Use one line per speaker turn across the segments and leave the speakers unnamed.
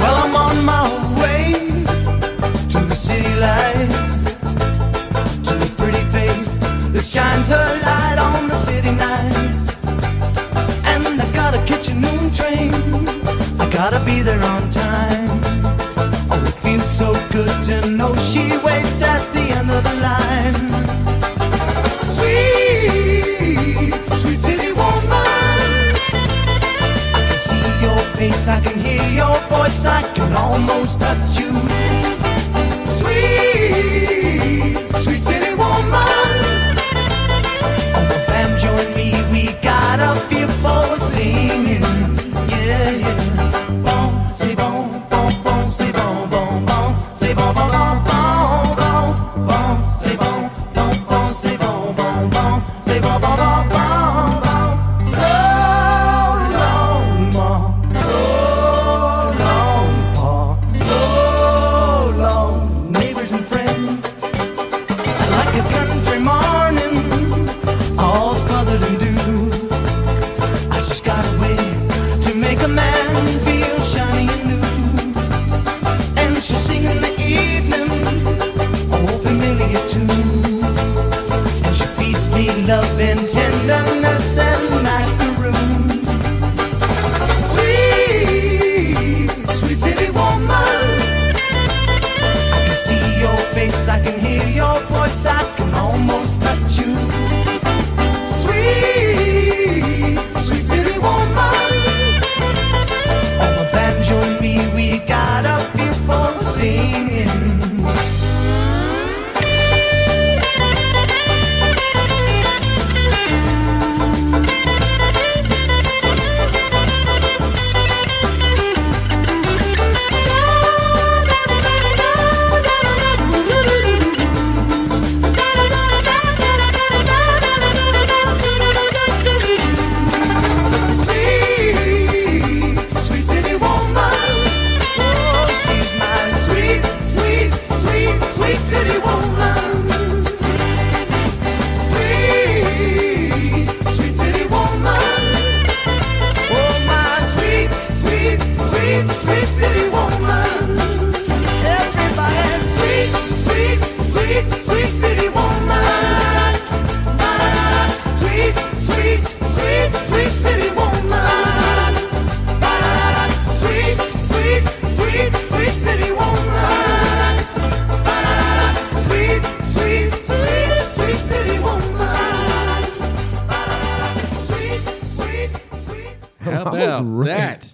Well, I'm on my way to the city lights, to the pretty face that shines her light on the city nights. And I gotta catch a noon train, I gotta be there on time. Oh, it feels so good to know she waits at the end of the line. Sweet, sweet city woman. I can see your face, I can hear your voice, I can almost touch you. Sweet, sweet city woman. On the banjo and me, we got a feel for singing. Yeah, yeah. Bon, c'est bon, bon, bon, c'est bon, bon, bon, c'est bon, bon, bon, bon, bon, bon, c'est bon, bon, bon, c'est bon, bon, bon, c'est bon, bon, bon, bon, bon. So long, ma, so long, pa, so long, neighbors and friends. Like a country morning, all smothered in dew. I just got a way to make a man feel shiny and new. And she'll sing in the evening, all familiar tunes. And she feeds me love and tenderness and macaroons. Sweet, sweet city woman. I can see your face, I can hear your voice, I can almost touch you. Sweet, sweet city woman. On the banjo and me, we got a feel for singing. Sweet, sweet city woman. Oh, she's my sweet, sweet, sweet, sweet city woman. Sweet, sweet city woman. Oh, my sweet, sweet, sweet, sweet city woman. Everybody, sweet, sweet, sweet, sweet city woman. Sweet, sweet, sweet, sweet city woman. Sweet, sweet, sweet, sweet city woman. Sweet, sweet, sweet, sweet city woman. Sweet, sweet, sweet.
How about that?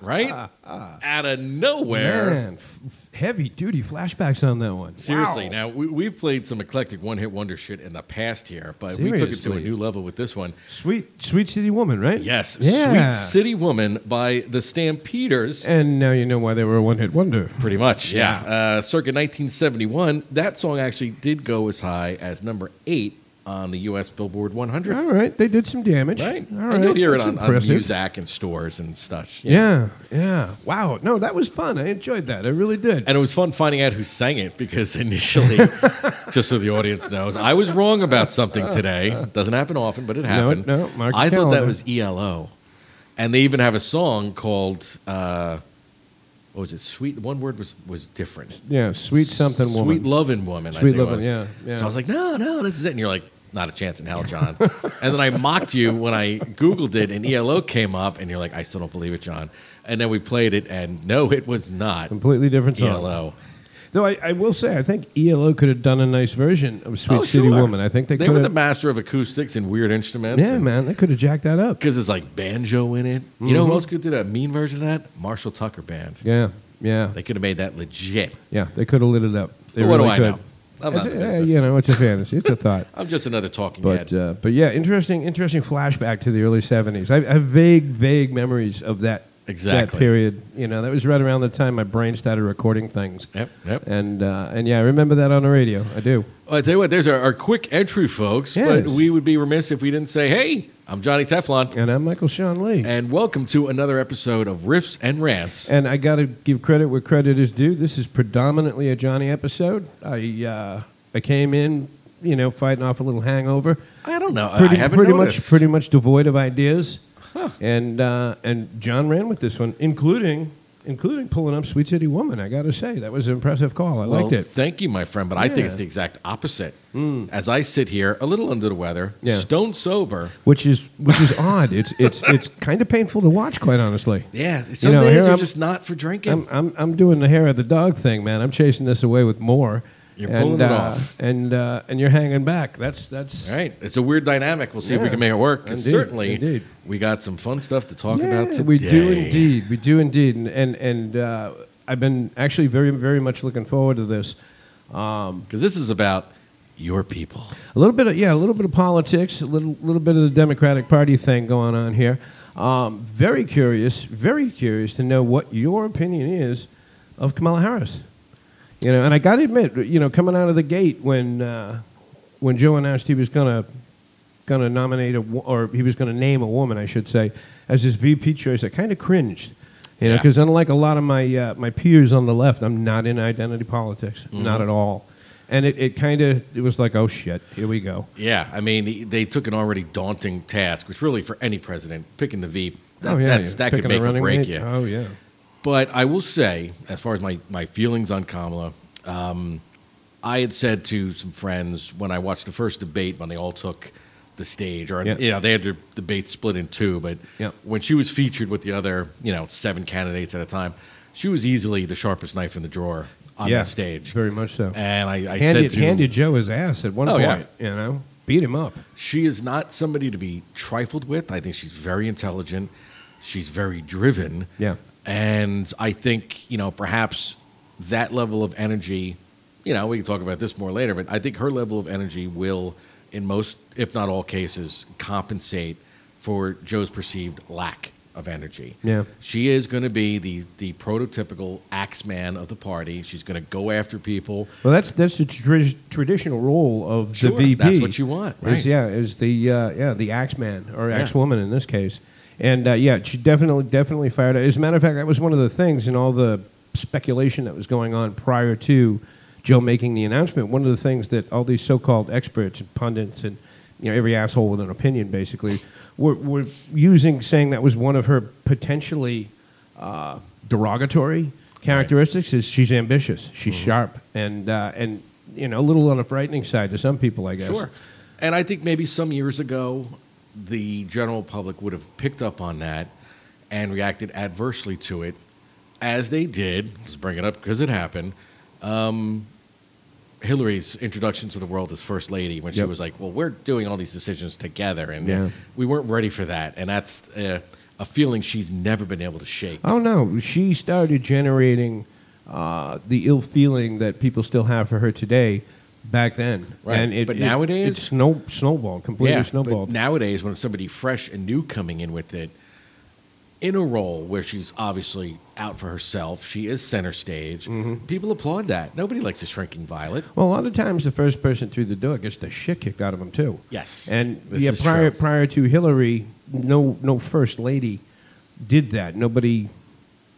Right? Out of nowhere.
Man, f- f- heavy duty flashbacks on that one.
Seriously, now we, we've played some eclectic one hit wonder shit in the past here, but we took it to a
Seriously.
new level with this one.
Sweet, sweet city woman, right?
Yes,
Yeah.
Sweet City Woman by the Stampeders.
And now you know why they were a one-hit wonder.
Pretty much, yeah. Uh, circa 1971, that song actually did go as high as number eight on the U.S. Billboard 100.
All right, they did some damage.
Right?
All
And
right.
you'll hear it
that's
on, on
impressive.
Muzak and stores and such. you know.
Yeah. yeah, Wow. No, that was fun. I enjoyed that. I really did.
And it was fun finding out who sang it because initially, just so the audience knows, I was wrong about something today. It doesn't happen often, but it happened.
no, mark
I
your
thought
calendar.
that E was ELO. And they even have a song called uh, What was it? Sweet. One word was was different.
Yeah, sweet something woman.
Sweet loving woman. I
Sweet
think it
lovin',
was.
yeah, yeah.
So I was like, no, no, this is it. And you're like, not a chance in hell, John. and then I mocked you when I Googled it and ELO came up and you're like, I still don't believe it, John. And then we played it and no, it was not E
Completely different song.
ELO.
Though I, I will say, I think ELO could have done a nice version of Sweet
Oh,
City
sure.
Woman. I think they,
They
could
were the
have.
master of acoustics and weird instruments.
Yeah, man, they could have jacked that up.
Because it's like banjo in it. You know
Mhm.
who else could do that mean version of that? Marshall Tucker Band.
Yeah, yeah,
They could have made that legit.
yeah. They could have lit it up. They
But what do
really
I
could.
know? I'm
It's
not in
a- eh,
business.
you know, it's a fantasy. It's a thought.
I'm just another talking
But
head.
uh, but yeah, interesting interesting flashback to the early seventies. I, I have vague vague memories of that that
Exactly.
period. You know, that was right around the time my brain started recording things.
Yep, yep.
And uh, and yeah, I remember that on the radio. I do.
Well, I tell you what, there's our, our quick entry, folks. But
Yes.
we would be remiss if we didn't say, hey, I'm Johnny Teflon,
And I'm Michael Sean Lee.
and welcome to another episode of Riffs and Rants.
And I got to give credit where credit is due. This is predominantly a Johnny episode. I uh, I came in, you know, fighting off a little hangover.
I don't know.
Pretty,
I haven't
pretty much
noticed.
pretty much devoid of ideas. And uh, and John ran with this one, including including pulling up Sweet City Woman. I got to say that was an impressive call. I
Well,
liked it.
Thank you, my friend. But I think
Yeah. Hmm.
it's the exact opposite. As I sit here, a little under the weather,
Yeah.
stone sober.
Which is which is odd. It's it's it's kind of painful to watch, quite honestly.
Yeah, some
know, here
days are
I'm-
just not for drinking.
I'm, I'm, I'm doing the hair of the dog thing, man. I'm chasing this away with more.
You're
and,
pulling it
uh,
off.
and uh, and you're hanging back. That's that's
All right, it's a weird dynamic. We'll see if we
Yeah.
can make it work. 'cause
Indeed,
certainly,
indeed.
we got some fun stuff to talk
Yeah,
about today.
we do indeed. We do indeed. And and, and uh, I've been actually very very much looking forward to this. Um,
because this is about your people.
A little bit of yeah, a little bit of politics, a little little bit of the Democratic Party thing going on here. Um, very curious, very curious to know what your opinion is of Kamala Harris. You know, and I got to admit, you know, coming out of the gate when uh, when Joe announced he was gonna gonna nominate a wo- or he was gonna name a woman, I should say, as his VP choice, I kind of cringed. You know,
Yeah.
because unlike a lot of my uh, my peers on the left, I'm not in identity politics,
Mm-hmm.
not at all. And it, it kind of it was like, oh shit, here we go.
Yeah, I mean, they took an already daunting task, which really for any president, picking the V, that,
oh yeah,
that's,
you're
that
picking
could
a
make or
running
break
mate.
you.
Oh yeah,
But I will say, as far as my, my feelings on Kamala, um, I had said to some friends when I watched the first debate when they all took the stage, or
Yeah.
you know, they had their debate split in two, but
Yeah.
when she was featured with the other, you know, seven candidates at a time, she was easily the sharpest knife in the drawer on
yeah,
that stage.
very much so.
And I, I
handed,
said to
handed Joe his ass at one
Oh,
point.
yeah.
You know, beat him up.
She is not somebody to be trifled with. I think she's very intelligent. She's very driven.
Yeah.
And I think, you know, perhaps that level of energy, you know, we can talk about this more later, but I think her level of energy will, in most, if not all cases, compensate for Joe's perceived lack of energy.
Yeah.
She is going to be the, the prototypical axe man of the party. She's going to go after people.
Well, that's that's the tra- traditional role of
Sure,
the VP.
that's what you want,
Is,
right.
yeah, is the uh, yeah the axeman or
Yeah.
axe woman in this case, and uh, yeah, she definitely definitely fired. As a matter of fact, that was one of the things in all the speculation that was going on prior to Joe making the announcement. One of the things that all these so-called experts and pundits and you know every asshole with an opinion basically were were using, saying that was one of her potentially uh, derogatory characteristics is she's ambitious, she's
Mm-hmm.
sharp, and uh, and you know a little on the frightening side to some people, I guess.
Sure. And I think maybe some years ago, the general public would have picked up on that and reacted adversely to it, as they did. Just bring it up because it happened. Um, Hillary's introduction to the world as first lady, when she
Yep.
was like, "Well, we're doing all these decisions together, and
Yeah.
we weren't ready for that," and that's uh, a feeling she's never been able to shake.
Oh no, she started generating uh, the ill feeling that people still have for her today. Back then,
Right.
and it,
But
it- it
nowadays-
snow snowballed completely
yeah,
snowballed.
But nowadays, when it's somebody fresh and new coming in with it, in a role where she's obviously out for herself, she is center stage. People applaud that. Nobody likes a shrinking violet.
Mm-hmm. Well, a lot of times the first person through the door gets the shit kicked out of them too.
Yes,
and
this
yeah,
is
prior
true.
prior to Hillary, no no first lady did that. Nobody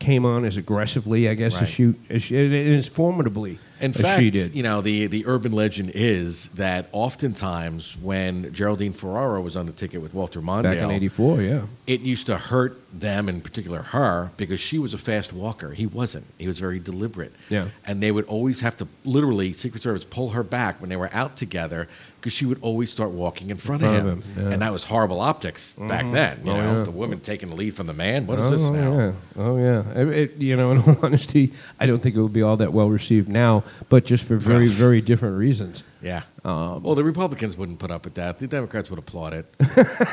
came on as aggressively, I guess,
Right.
as she as she, and as formidably
In
as
fact,
she did.
you know, the, the urban legend is that oftentimes when Geraldine Ferraro was on the ticket with Walter Mondale,
Back in '84, yeah.
it used to hurt them, in particular her, because she was a fast walker. He wasn't. He was very deliberate.
Yeah.
And they would always have to literally Secret Service pull her back when they were out together because she would always start walking in front,
front
of
of
him,
him, yeah.
and that was horrible optics back then. You
Oh,
know,
yeah.
the woman taking the lead from the man. What
oh,
is this now?
Yeah. Oh yeah. It, it- you know, in all honesty, I don't think it would be all that well received now, but just for very, very different reasons.
Yeah. well, the Republicans wouldn't put up with that. The Democrats would applaud it.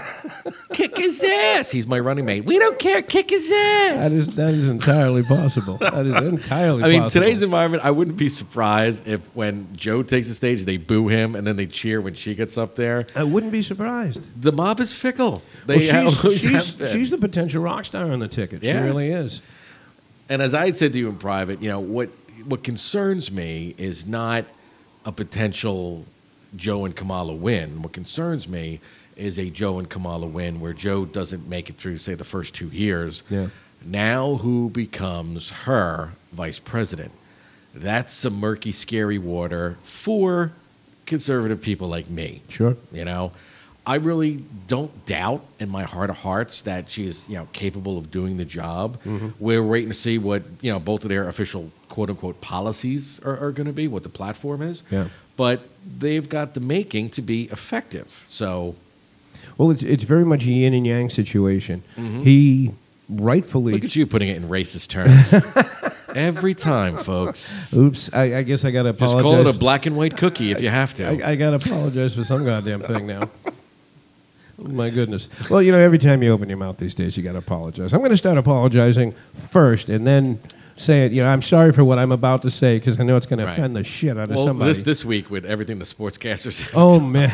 Kick his ass. He's my running mate. We don't care. Kick his ass.
That is that is entirely possible. That is entirely.
I mean,
possible.
today's environment, I wouldn't be surprised if when Joe takes the stage, they boo him and then they cheer when she gets up there.
I wouldn't be surprised.
The mob is fickle. They
Well, she's,
always
she's,
have been.
she's the potential rock star on the ticket. She
Yeah.
really is.
and as I had said to you in private, you know what what concerns me is not a potential Joe and Kamala win. What concerns me is a Joe and Kamala win where Joe doesn't make it through, say, the first two years.
Yeah.
Now, who becomes her vice president? That's some murky, scary water for conservative people like me.
Sure.
You know, I really don't doubt in my heart of hearts that she is, you know, capable of doing the job.
Mm-hmm.
We're waiting to see what, you know, both of their official quote unquote policies are, are going to be, what the platform is.
Yeah.
But they've got the making to be effective. So,
Well, it's it's very much a yin and yang situation. He rightfully.
Mm-hmm. look at you putting it in racist terms. Every time, folks.
Oops, I, I guess I got to
Just
apologize.
call it a black and white cookie if you have to.
I, I gotta apologize for some goddamn thing now. Oh, My goodness. Well, you know, every time you open your mouth these days, you gotta apologize. I'm gonna start apologizing first, and then say it. You know, I'm sorry for what I'm about to say because I know it's gonna
Right.
offend the shit out of
well,
somebody.
this this week with everything the sportscasters said,
oh man!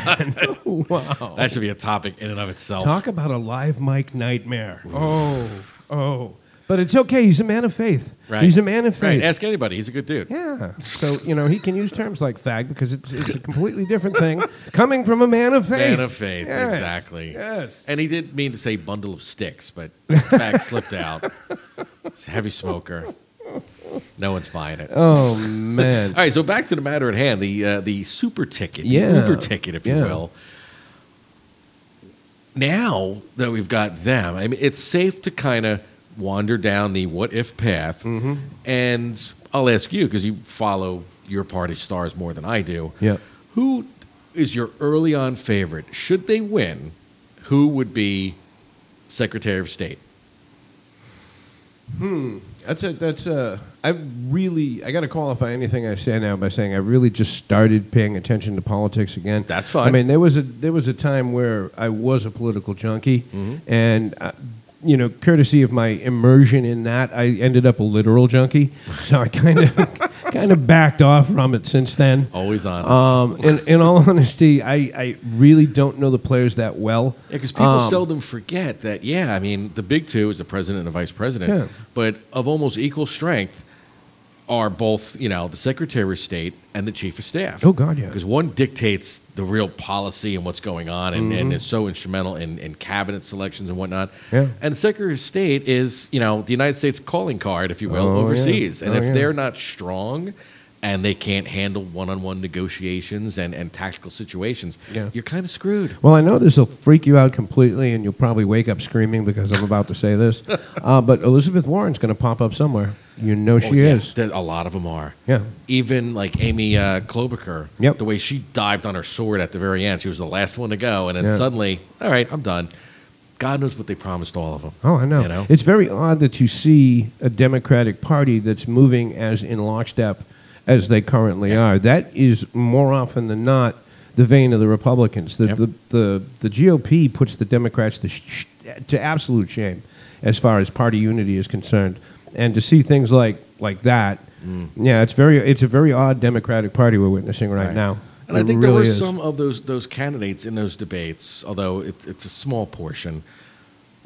wow.
that should be a topic in and of itself.
Talk about a live mic nightmare. Oh, oh. But it's okay. He's a man of faith.
Right.
He's a man of
right?
faith.
Ask anybody; he's a good dude.
Yeah. So, you know, he can use terms like fag because it's, it's a completely different thing coming from a man of faith.
Man of faith,
Yes,
exactly.
Yes.
And he did mean to say bundle of sticks, but fact slipped out. He's a heavy smoker. No one's buying it.
Oh,
All
man.
right, so back to the matter at hand, the uh, the super ticket, the
Yeah.
Uber ticket, if
Yeah.
you will. Now that we've got them, I mean, it's safe to kind of wander down the what if path. And I'll ask you because you follow your party stars more than I do.
Yeah.
Who is your early on favorite? Should they win, who would be Secretary of State?
That's a, that's a, I really, I got to qualify anything I say now by saying I really just started paying attention to politics again.
That's fine.
I mean, there was a, there was a time where I was a political junkie
Mm-hmm.
and, uh, you know, courtesy of my immersion in that, I ended up a literal junkie. So I kind of, kind of backed off from it since then.
Always honest.
Um, in, in all honesty, I, I really don't know the players that well.
Yeah, because people
Um,
seldom forget that. Yeah, I mean, the big two is the president and the vice president,
Yeah.
but of almost equal strength are both, you know, the secretary of state and the chief of staff.
Oh, God, yeah.
Because one dictates the real policy and what's going on, and, and is so instrumental in, in cabinet selections and whatnot.
Mm-hmm. Yeah.
And the secretary of state is, you know, the United States calling card, if you will,
Oh, yeah.
overseas. And
Oh,
if
yeah.
they're not strong. And they can't handle one-on-one negotiations and, and tactical situations.
Yeah.
You're kind of screwed.
Well, I know this will freak you out completely, and you'll probably wake up screaming because I'm about to say this. Uh, but Elizabeth Warren's going to pop up somewhere. You know
Oh,
she
yeah.
is.
There- A lot of them are.
Yeah.
Even like Amy uh, Klobuchar.
Yep.
The way she dived on her sword at the very end, she was the last one to go, and then
Yeah.
suddenly, all right, I'm done. God knows what they promised all of them.
Oh, I know.
You know?
It's very odd that you see a Democratic Party that's moving as in lockstep as they currently are. That is more often than not the vein of the Republicans. The,
Yep.
the, the, the GOP puts the Democrats to, sh- to absolute shame as far as party unity is concerned. And to see things like, like that, yeah, it's, very, it's a very odd Democratic Party we're witnessing right,
Right.
now.
And I
It
think
really
there were
is.
some of those those candidates in those debates, although it, it's a small portion,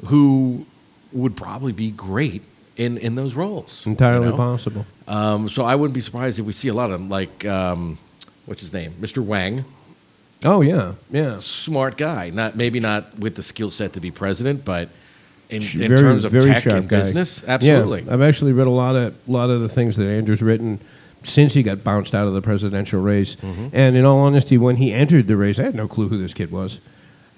who would probably be great in, in those roles. you
Entirely
know?
possible.
Um, so I wouldn't be surprised if we see a lot of them, like um, what's his name, Mr. Wang.
Oh, yeah, yeah.
smart guy. Not maybe not with the skill set to be president, but in,
Sh-
in terms of tech and
guy.
business,
Yeah,
absolutely.
I've actually read a lot of lot of the things that Andrew's written since he got bounced out of the presidential race.
Mm-hmm.
And in all honesty, when he entered the race, I had no clue who this kid was.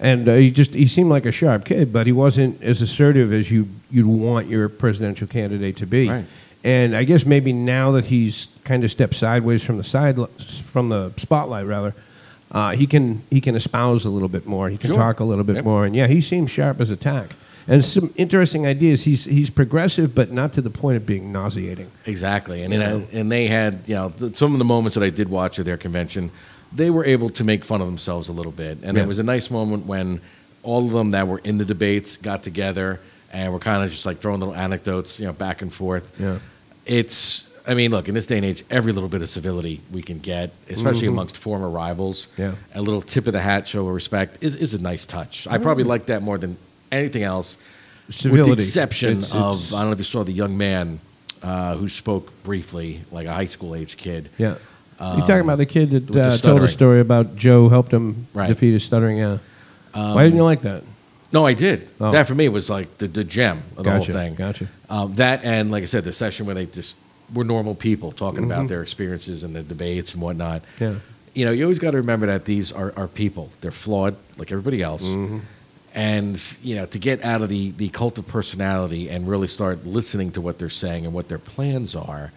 And uh, he just he seemed like a sharp kid, but he wasn't as assertive as you you'd want your presidential candidate to be.
Right.
And I guess maybe now that he's kind of stepped sideways from the side from the spotlight rather, uh, he can he can espouse a little bit more. He can
Sure.
talk a little bit
Yep.
more, and yeah, he seems sharp as a tack. And some interesting ideas. He's he's progressive, but not to the point of being nauseating.
Exactly, and
You
you know,
know?
and they had you know th- some of the moments that I did watch at their convention, they were able to make fun of themselves a little bit, and
Yeah.
it was a nice moment when all of them that were in the debates got together and were kind of just like throwing little anecdotes, you know, back and forth.
Yeah.
It's, I mean, look in this day and age, every little bit of civility we can get, especially amongst former rivals,
Mm-hmm. Yeah.
a little tip of the hat, show of respect is is a nice touch.
Mm-hmm.
I probably like that more than anything else. With
Civility.
the exception
It's-
of,
it's-
I don't know if you saw the young man uh, who spoke briefly, like a high school age kid. Um,
Yeah. you talking about the kid that
the
uh, told a
stuttering.
story about Joe helped him
Right. Um,
defeat his stuttering? Yeah. Why didn't you like that?
No, I did.
Oh.
That for me was like the, the gem of the
Gotcha,
whole thing.
gotcha.
Um, that and like I said, the session where they just were normal people talking about their experiences and the debates and whatnot.
Mm-hmm. Yeah.
You know, you always got to remember that these are, are people. They're flawed like everybody else.
Mm-hmm.
And, you know, to get out of the, the cult of personality and really start listening to what they're saying and what their plans are,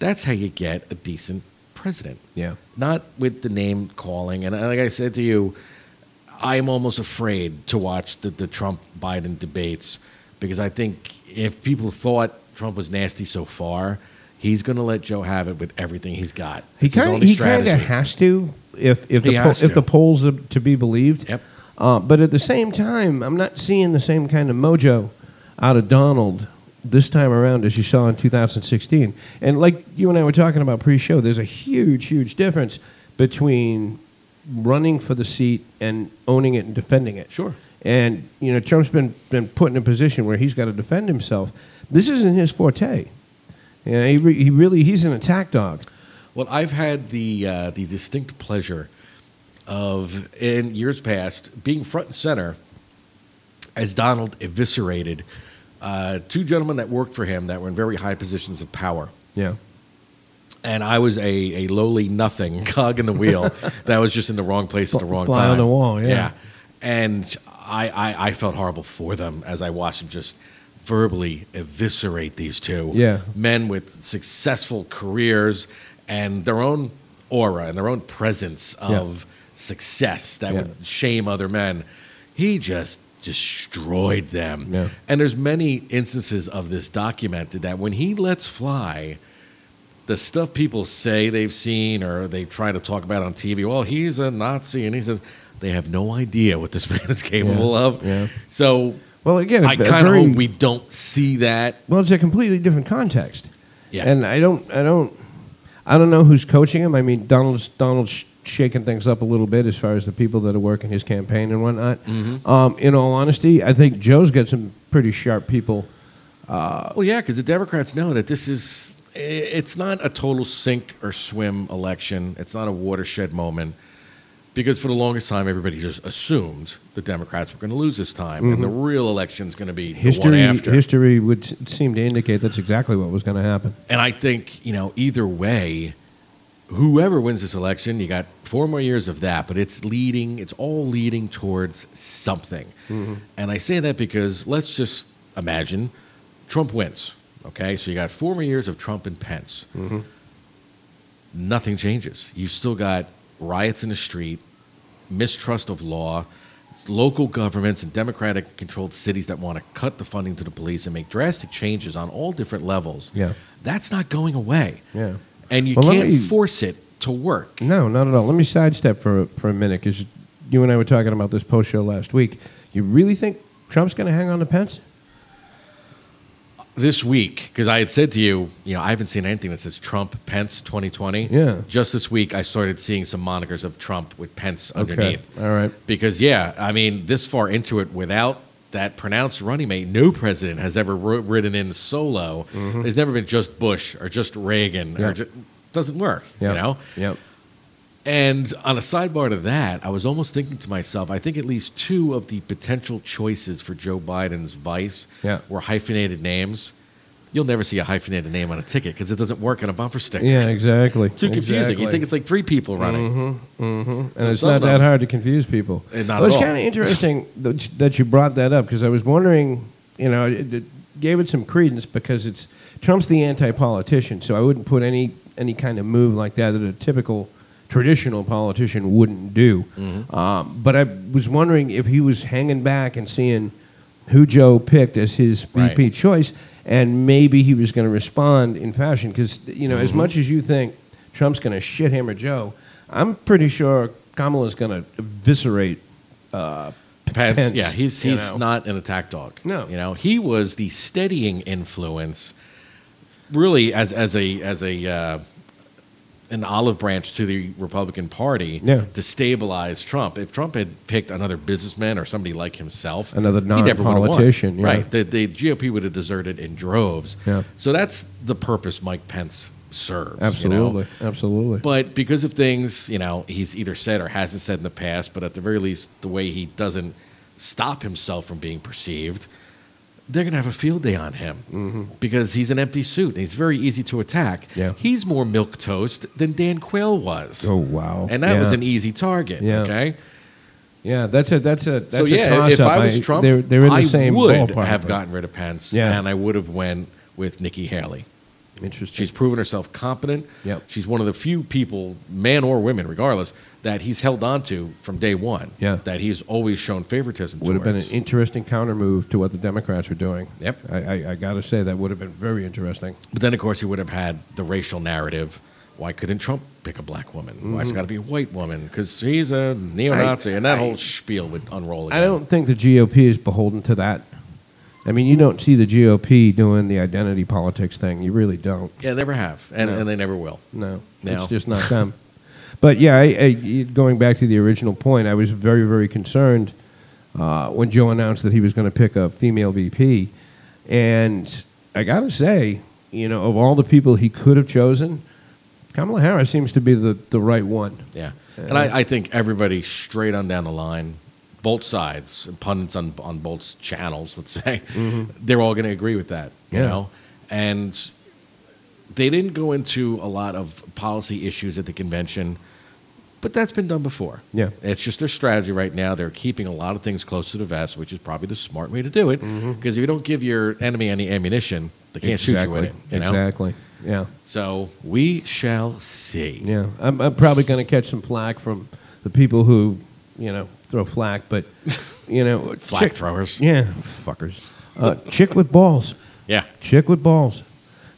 that's how you get a decent president
Yeah.
not with the name calling. And uh, like I said to you, I'm almost afraid to watch the, the Trump Biden debates because I think if people thought Trump was nasty so far, he's going to let Joe have it with everything he's got.
He
It's his
kind of
only
he kind
strategy.
of has to if if
He
the po-
has
if
to.
the polls are to be believed.
Yep.
Uh, but at the same time, I'm not seeing the same kind of mojo out of Donald this time around as you saw in 2016. And like you and I were talking about pre-show, there's a huge, huge difference between running for the seat and owning it and defending it.
Sure.
And you know, Trump's been been put in a position where he's got to defend himself. This isn't his forte. You know, he, re- he really he's an attack dog.
Well, I've had the uh, the distinct pleasure of in years past being front and center as Donald eviscerated uh, two gentlemen that worked for him that were in very high positions of power.
Yeah.
and I was a, a lowly nothing cog in the wheel that was just in the wrong place at the wrong
Fly
time.
on the wall, yeah.
And I, I, I felt horrible for them as I watched them just verbally eviscerate these two
Yeah.
men with successful careers and their own aura and their own presence
Yeah.
of success that
Yeah.
would shame other men. He just destroyed them.
Yeah.
And there's many instances of this documented that when he lets fly, the stuff people say they've seen or they try to talk about on TV, well, he's a Nazi and he says they have no idea what this man is capable of.
yeah.
So
Well, again, a-
I
a
kind of
very-
hope we don't see that.
Well, it's a completely different context.
Yeah.
And I don't, I don't, I don't know who's coaching him. I mean, Donald's Donald's sh- shaking things up a little bit as far as the people that are working his campaign and whatnot.
Mm-hmm.
Um, in all honesty, I think Joe's got some pretty sharp people.
Well, Oh, yeah, because the Democrats know that this is i- it's not a total sink or swim election. It's not a watershed moment because for the longest time everybody just assumed the Democrats were going to lose this time and
Mm-hmm.
the real election is going to be the
History,
one after.
history would s- seem to indicate that's exactly what was going to happen.
And I think, you know, either way, whoever wins this election, you got four more years of that, but it's leading, it's all leading towards something.
Mm-hmm.
And I say that because let's just imagine Trump wins, okay? So you got four more years of Trump and Pence.
Mm-hmm.
Nothing changes. You've still got riots in the street, mistrust of law, local governments and democratic controlled cities that want to cut the funding to the police and make drastic changes on all different levels.
Yeah.
That's not going away.
Yeah.
And you
Well, let
can't
me-
force it to work.
No, not at all. Let me sidestep for a- for a minute because you and I were talking about this post show last week. You really think Trump's going to hang on to Pence?
This week, because I had said to you, you know, I haven't seen anything that says Trump Pence 2020.
Yeah.
Just this week, I started seeing some monikers of Trump with Pence underneath.
All right.
Because, yeah, I mean, this far into it, without that pronounced running mate, no president has ever ri- ridden in solo. There's never been just Bush or just Reagan.
Mm-hmm. Yeah.
Or just, doesn't work,
Yep.
you know?
Yep.
And on a sidebar to that, I was almost thinking to myself, I think at least two of the potential choices for Joe Biden's vice
Yeah.
were hyphenated names.
You'll never see a hyphenated name on a ticket because it doesn't work on a bumper sticker.
Yeah, exactly. Mm-hmm,
It's too confusing. You think it's like three people running.
and
So
it's
some
not that
don't.
hard to confuse people.
Eh, not
well,
at
it's
all.
kind of interesting that you- that you brought that up because I was wondering, you know, it, it gave it some credence because it's Trump's the anti-politician, so I wouldn't put any any kind of move like that that a typical traditional politician wouldn't do. Um, but I was wondering if he was hanging back and seeing who Joe picked as his VP
Right.
choice, and maybe he was going to respond in fashion because you know, as much as you think Trump's going to shit hammer Joe, I'm pretty sure Kamala's going to eviscerate. Uh,
Pence,
Pence,
yeah, he's
you
he's
know.
not an attack dog.
No.
you know, he was the steadying influence, really as as a as a uh, an olive branch to the Republican Party
Yeah.
to stabilize Trump. If Trump had picked another businessman or somebody like himself,
Another
he never would've won.
non-politician, yeah.
right? The, the GOP would have deserted in droves.
Yeah.
So that's the purpose Mike Pence serves. you know?
absolutely, absolutely.
But because of things, you know, he's either said or hasn't said in the past, but at the very least, the way he doesn't stop himself from being perceived, they're going to have a field day on him because he's an empty suit and he's very easy to attack.
Mm-hmm. Yeah.
He's more milk toast than Dan Quayle was.
oh wow!
And that
yeah.
was an easy target.
Yeah.
Okay.
yeah. That's a that's a that's
so,
a
yeah,
toss
if
up.
I was Trump,
they're, they're in the
I
same
would
ballpark,
have
but-
gotten rid of Pence
Yeah.
and I would have went with Nikki Haley.
Interesting.
She's proven herself competent.
Yep.
She's one of the few people, man or women, regardless, that he's held on to from day one.
Yeah.
That he's always shown favoritism
Would have been an
towards.
interesting counter move to what the Democrats were doing.
Yep.
I, I, I got to say that would have been very interesting.
But then, of course, he would have had the racial narrative. Why couldn't Trump pick a black woman? Why
Mm-hmm.
it's got to be a white woman? Because he's a neo-Nazi, and that whole spiel would unroll. Again.
I don't think the GOP is beholden to that. I mean, you don't see the GOP doing the identity politics thing. You really don't.
Yeah, they never have, and,
No.
and they never will.
No,
No.
it's just not them. but yeah, I, I, going back to the original point, I was very, very concerned uh, when Joe announced that he was going to pick a female VP, and I got to say, you know, of all the people he could have chosen, Kamala Harris seems to be the, the right one.
Yeah. And I, I think everybody straight on down the line, both sides, pundits on, on both channels, let's say, they're all going to agree with that, you
Mm-hmm. Yeah.
know? And they didn't go into a lot of policy issues at the convention, but that's been done before.
Yeah.
It's just their strategy right now. They're keeping a lot of things close to the vest, which is probably the smart way to do it. Because
Mm-hmm.
if you don't give your enemy any ammunition, they can't shoot you with it. You know?
Exactly. Yeah.
So we shall see.
Yeah, I'm, I'm probably going to catch some flack from the people who, you know, throw flack, but, you know,
Flack throwers.
Yeah, fuckers. Uh, chick with balls.
Yeah.
Chick with balls.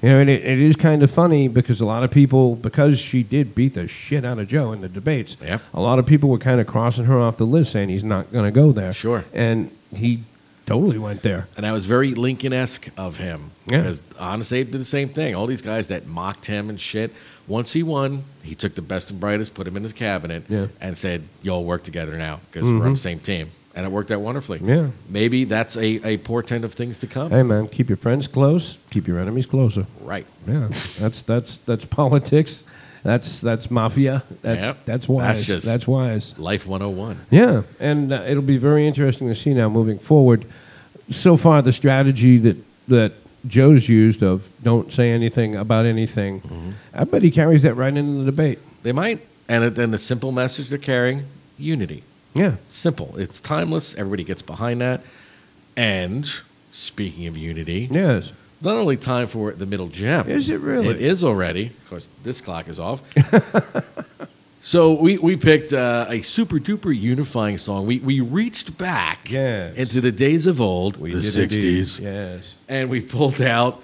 You know, and it, it is kind of funny because a lot of people, because she did beat the shit out of Joe in the debates,
Yep.
a lot of people were kind of crossing her off the list saying he's not going to go there.
Sure.
And he totally went there.
And that was very Lincoln esque of him.
Yeah.
Because honestly, they did the same thing. All these guys that mocked him and shit. Once he won, he took the best and brightest, put him in his cabinet,
Yeah. Mm-hmm.
and said, Y'all work together now because we're on the same team. And it worked out wonderfully.
Yeah.
Maybe that's a, a portent of things to come.
Hey, man, keep your friends close, keep your enemies closer.
Right.
Yeah, that's that's that's politics. That's that's mafia. That's
Yep.
that's wise. That's,
That's just-
wise.
Life 101.
Yeah, and uh, it'll be very interesting to see now moving forward. So far, the strategy that that Joe's used of don't say anything about anything, I bet he carries that right into the debate.
Mm-hmm. They might. And then the simple message they're carrying unity.
Yeah,
Simple. It's timeless. Everybody gets behind that. And speaking of unity,
yes,
Not only time for the middle gem.
Is it really?
It is already. Of course, this clock is off. so we, we picked uh, a super duper unifying song. We, we reached back
Yes.
into the days of old,
We
the
did
60s,
indeed. Yes,
and we pulled out,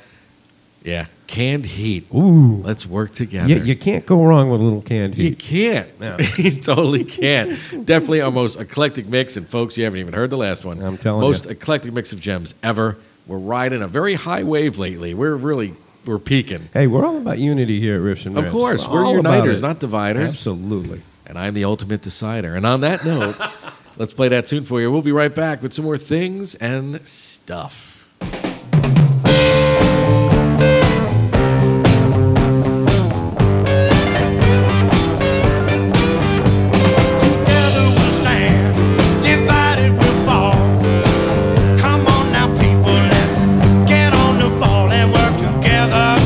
yeah, Canned Heat.
ooh,
Let's work together.
you, you can't go wrong with a little canned
You
heat.
can't.
No.
you totally can't. Definitely our most eclectic mix. And folks, you haven't even heard the last one.
I'm telling
most
ya.
eclectic mix of gems ever. We're riding a very high wave lately. We're really we're peaking.
Hey, we're all about unity here at Riffs and
Of
Rants.
course, we're
all about
uniters,
it.
not dividers.
Absolutely.
And I'm the ultimate decider. And on that note, let's play that tune for you. We'll be right back with some more things and stuff.
Together we'll stand, divided we'll fall. Come on now, people, let's get on the ball and work to Ah,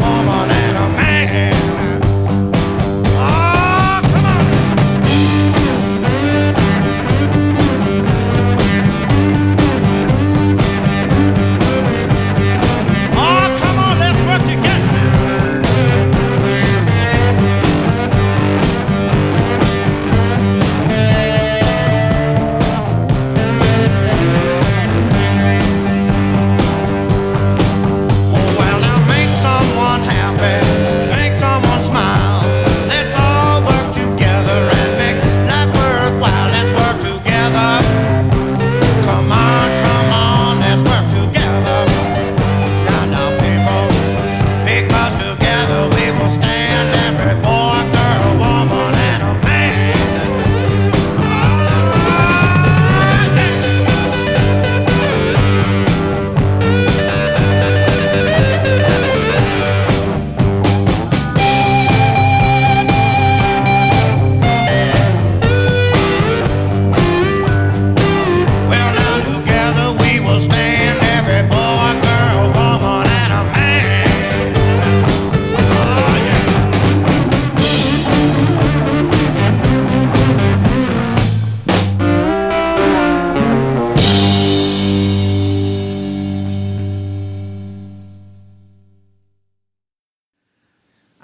Ah,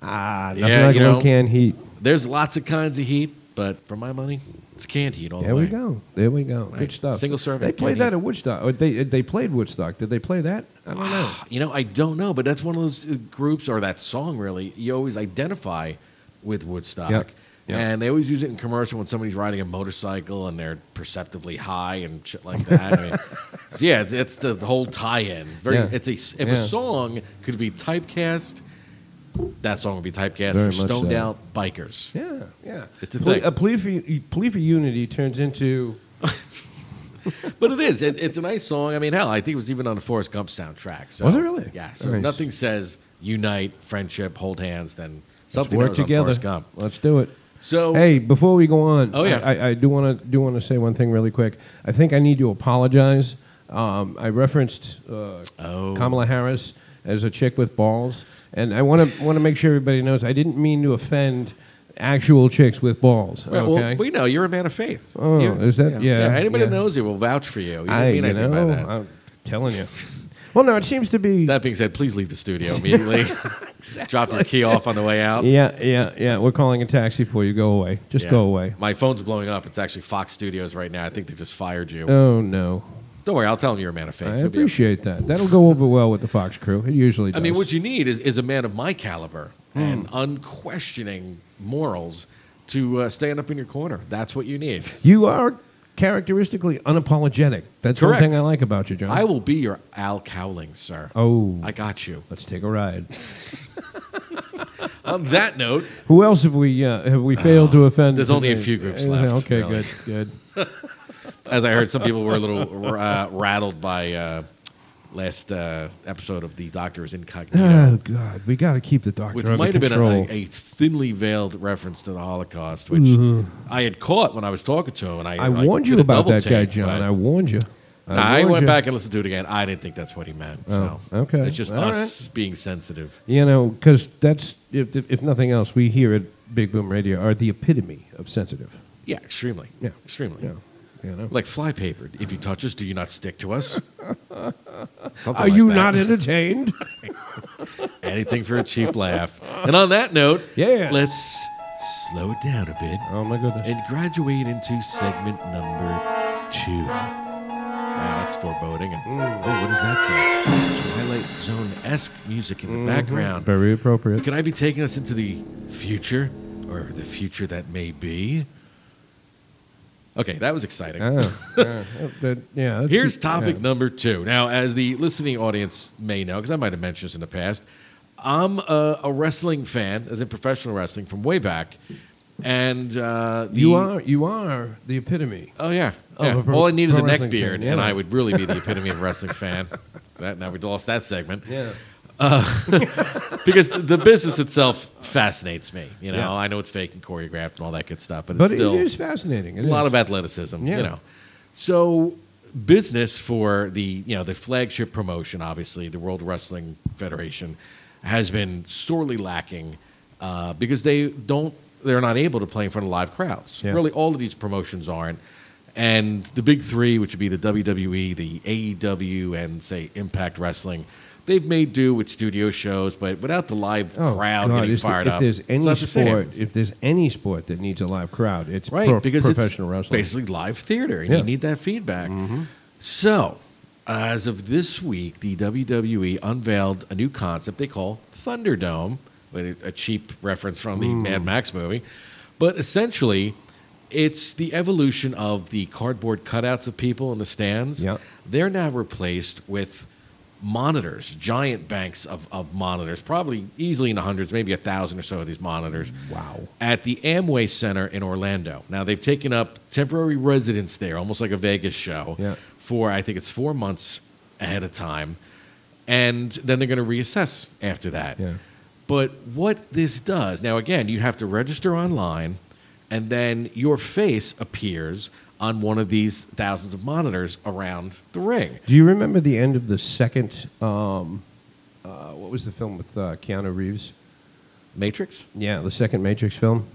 you
you
know,
know.
canned heat.
There's lots of kinds of heat, but for my money, it's canned heat all
There
the way.
we go. There we go. Good
Right.
stuff.
Single serve
They
and
played
candy.
that at Woodstock. Or they they played Woodstock. Did they play that? I don't know.
Ah, You know, I don't know, but that's one of those uh, groups or that song really you always identify with Woodstock.
Yep, yep.
And they always use it in commercial when somebody's riding a motorcycle and they're perceptibly high and shit like that. I mean, so yeah, it's, it's the, the whole tie-in. It's Very,
Yeah.
it's a s- if
Yeah.
a song could be typecast, that song would be typecast
Very much
for
so.
stoned out bikers.
Yeah, yeah.
It's a
Ple-
thing.
A plea for, u- plea for unity turns into
But it is. It, it's a nice song. I mean, hell, I think it was even on the Forrest Gump soundtrack. So,
Was it really?
Yeah. So
Nice.
nothing says unite, friendship, hold hands, than
let's
something
work
that was on
together.
Forrest Gump.
Let's do it.
So
Hey, before we go on,
Oh, yeah.
I, I, I do want to do want to say one thing really quick. I think I need to apologize. Um, I referenced uh,
Oh.
Kamala Harris as a chick with balls, and I want to want to make sure everybody knows I didn't mean to offend actual chicks with balls.
Well, well,
okay,
we know you're a man of faith.
Oh,
You-
is that- yeah,
anybody
yeah.
that knows you will vouch for you. You
I
didn't mean
you
anything by
know
that.
I'm telling you. Well, no, it seems to be
that being said, please leave the studio immediately. Drop your key off on the way out.
Yeah, yeah, yeah. We're calling a taxi for you. Go away. Just
Yeah.
go away.
My phone's blowing up. It's actually Fox Studios right now. I think they just fired you.
Oh no.
Don't worry, I'll tell them you're a man of faith.
I
It'll be okay.
appreciate that. That'll go over well with the Fox crew. It usually does. Hmm.
I mean, what you need is, is a man of my caliber and unquestioning morals to uh, stand up in your corner. That's what you need.
You are characteristically unapologetic. That's
Correct.
one thing I like about you, John.
I will be your Al Cowling, sir.
oh,
I got you.
let's take a ride.
On that note,
Who else have we uh, have we failed to offend?
there's only a
today?
few groups
Uh,
left,
Okay,
really.
good, good.
as I heard, some people were a little uh, rattled by uh, last uh, episode of the Doctor is Incognito,
Oh God, we got to keep the doctor
which
under
might have been
control.
a, a thinly veiled reference to the Holocaust, which I had caught when I was talking to him. And I,
Mm-hmm. I warned you
did a
about
double
that guy,
take, but-
John. I warned you.
Nah, I,
warned
went
you.
back and listened to it again. I didn't think that's what he meant.
Oh,
so
okay.
It's just
All
us being sensitive.
You know, because that's if, if if nothing else, we here at Big Boom Radio are the epitome of sensitive.
Yeah, extremely.
Yeah,
Extremely.
Yeah, you know.
Like fly paper. If you touch us, do you not stick to us? Something
are
like
you
that.
not entertained?
Anything for a cheap laugh. And on that note,
Yeah.
let's slow it down a bit
oh my goodness!
and graduate into segment number two. Wow, that's foreboding. And,
Mm.
Oh, what does that say? Twilight Zone esque music in the background.
Mm-hmm. Very appropriate.
Could I be taking us into the future or the future that may be? Okay, that was exciting.
Oh, yeah, that- yeah, that's-
Here's
yeah.
topic number two. Now, as the listening audience may know, because I might have mentioned this in the past, I'm a, a wrestling fan, as in professional wrestling from way back. And uh, the,
You are you are the epitome.
Oh yeah.
Oh,
yeah.
a pro-
All I need is a
pro
neck
wrestling
beard,
fan,
and
yeah.
I would really be the epitome of a wrestling fan. So that, now we lost that segment. Uh,
Yeah.
because th- the business itself fascinates me. You know,
Yeah.
I know it's fake and choreographed and all that good stuff, but,
But
it's still
it is fascinating.
a lot of athleticism.
Yeah.
You know, so business for the you know the flagship promotion, obviously the World Wrestling Federation, has been sorely lacking uh, because they don't they're not able to play in front of live crowds.
Yeah.
Really, all of these promotions aren't. And the big three, which would be the WWE, the AEW, and say Impact Wrestling, they've made do with studio shows, but without the live crowd
Oh, God,
getting
is there-
fired
if
up.
there's
it's
any
not the same.
sport, if there's any sport that needs a live crowd, it's
right
pro-
because
professional
it's
wrestling.
basically live theater and
Yeah. Mm-hmm.
you need that feedback so as of this week the wwe unveiled a new concept they call thunderdome with a cheap reference from the
Mm.
mad max movie but essentially it's the evolution of the cardboard cutouts of people in the stands
Yeah.
they're now replaced with monitors giant banks of, of monitors probably easily in the hundreds maybe a thousand or so of these monitors
Wow.
at the Amway Center in Orlando. Now they've taken up temporary residence there, almost like a Vegas show,
Yeah.
for I think it's four months ahead of time, and then they're going to reassess after that.
Yeah.
But what this does now, again, you have to register online, and then your face appears on one of these thousands of monitors around the ring.
Do you remember the end of the second? Um, uh, what was the film with uh, Keanu Reeves?
Matrix.
Yeah, the second Matrix film,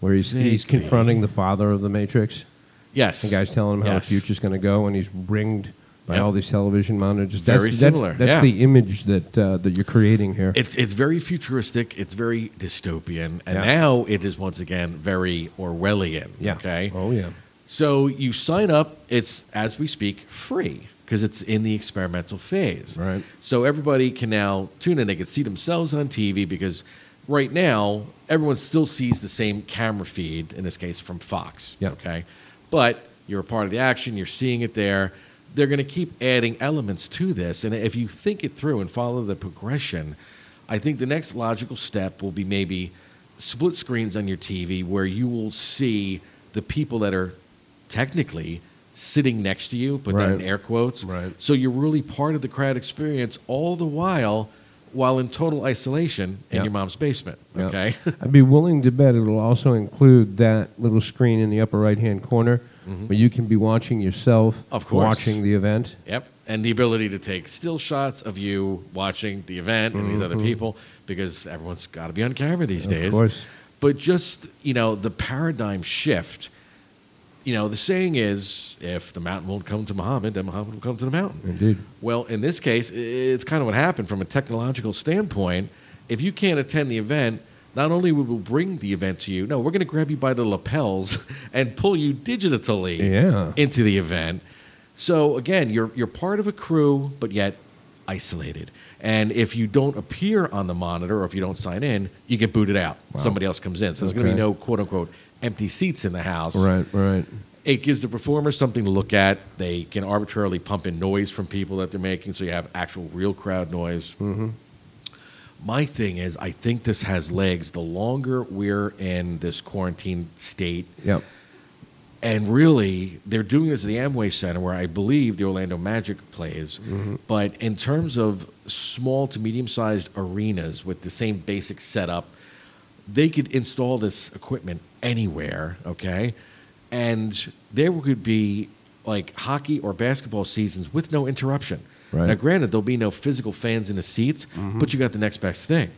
where he's he's
Vaguely.
confronting the father of the Matrix.
Yes.
The guy's telling him how
Yes.
the future's going to go, and he's ringed by
Yep.
all these television monitors.
Very
that's,
similar,
That's, that's
yeah.
the image that uh, that you're creating here.
It's it's very futuristic. It's very dystopian, and
Yeah.
now it is once again very Orwellian.
yeah.
Okay.
Oh yeah.
So you sign up. It's as we speak, free because it's in the experimental phase.
Right.
So everybody can now tune in. They can see themselves on TV because right now everyone still sees the same camera feed. In this case, from Fox.
Yeah.
Okay. But you're a part of the action. You're seeing it there. They're going to keep adding elements to this, and if you think it through and follow the progression, I think the next logical step will be maybe split screens on your TV where you will see the people that are technically sitting next to you, but that in
Right.
air quotes.
Right.
So you're really part of the crowd experience all the while while in total isolation in
Yeah.
your mom's basement.
Yeah.
Okay.
I'd be willing to bet it'll also include that little screen in the upper right hand corner where you can be watching yourself
Mm-hmm. Of course.
watching the event.
Yep. And the ability to take still shots of you watching the event and these other people because everyone's got to be on camera these
Mm-hmm. Of
days.
course.
But just, you know, the paradigm shift. You know, the saying is if the mountain won't come to Muhammad, then Muhammad will come to the mountain.
Indeed.
Well, in this case, i- it's kind of what happened from a technological standpoint. If you can't attend the event, not only will we bring the event to you, no, we're going to grab you by the lapels and pull you digitally
Yeah.
into the event. So again, you're you're part of a crew, but yet isolated. And if you don't appear on the monitor or if you don't sign in, you get booted out. Somebody else comes in. So there's going to be
Okay.
no quote unquote empty seats in the house
Right, right.
it gives the performers something to look at. They can arbitrarily pump in noise from people that they're making, so you have actual real crowd noise.
Mm-hmm.
My thing is, I think this has legs. The longer we're in this quarantine state,
Yep.
and really, they're doing this at the Amway Center, where I believe the Orlando Magic plays.
Mm-hmm.
But in terms of small to medium sized arenas with the same basic setup, they could install this equipment anywhere, okay? And there could be like hockey or basketball seasons with no interruption.
Right. Mm-hmm.
Now, granted, there'll be no physical fans in the seats, but you got the next best thing.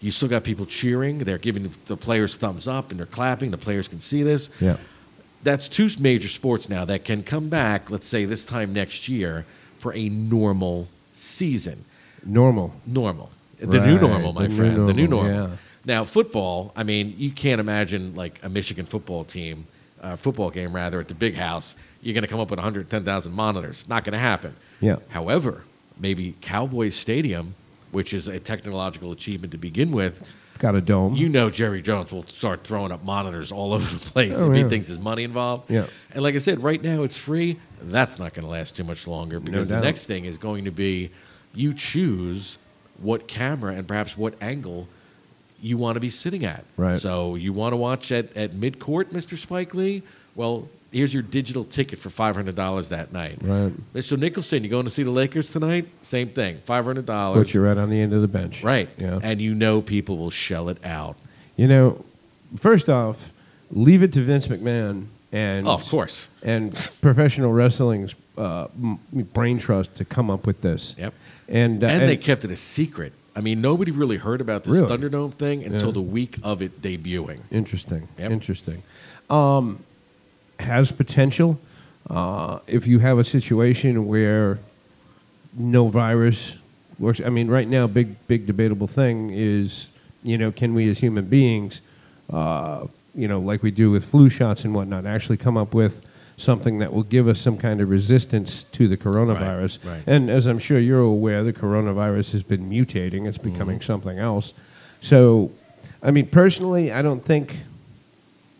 You still got people cheering. They're giving the players thumbs up and they're clapping. The players can see this
Yeah.
that's two major sports now that can come back, let's say this time next year, for a normal season.
Normal.
Normal. The new
Right,
normal, my
the new
friend. the new
normal,
normal.
yeah.
Now, football, I mean, you can't imagine like a Michigan football team, uh, football game rather, at the big house. You're going to come up with 110,000 monitors. Not going to happen.
Yeah.
However, maybe Cowboys Stadium, which is a technological achievement to begin with,
Got a dome.
you know Jerry Jones will start throwing up monitors all over the place
Oh,
if
yeah.
he thinks there's money involved.
Yeah.
And like I said, right now it's free. That's not going to last too much longer because the
doubt.
next thing is going to be you choose what camera and perhaps what angle you want to be sitting at.
Right.
So you want to watch at, at mid court, Mr. Spike Lee? Well, here's your digital ticket for $500 that night.
Right.
Mr. Nicholson, you going to see the Lakers tonight? Same thing, $500.
Put you right on the end of the bench.
Right.
Yeah.
And you know people will shell it out.
You know, first off, leave it to Vince McMahon and
Oh, of course.
and professional wrestling's uh, m- brain trust to come up with this.
Yep.
And uh,
and, they kept it a secret. I mean, nobody really heard about this
Really?
Thunderdome thing until
Yeah.
the week of it debuting.
Interesting.
Yep.
Interesting. Um, has potential. Uh, if you have a situation where no virus works, I mean, right now, big, big debatable thing is, you know, can we as human beings, uh, you know, like we do with flu shots and whatnot, actually come up with something that will give us some kind of resistance to the coronavirus.
right.
And as I'm sure you're aware, the coronavirus has been mutating, it's becoming
Mm-hmm.
something else. So, I mean, personally, I don't think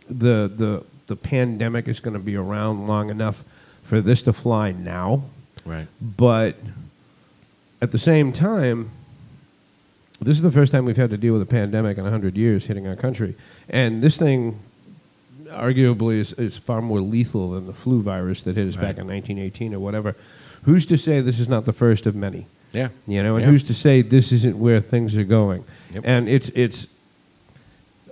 the, the, the pandemic is going to be around long enough for this to fly now.
Right.
But at the same time, this is the first time we've had to deal with a pandemic in 100 years hitting our country. And this thing, arguably, is, is far more lethal than the flu virus that hit us back
Right.
in 1918 or whatever. Who's to say this is not the first of many?
Yeah.
You know, and
Yeah.
who's to say this isn't where things are going?
Yep.
And it's, it's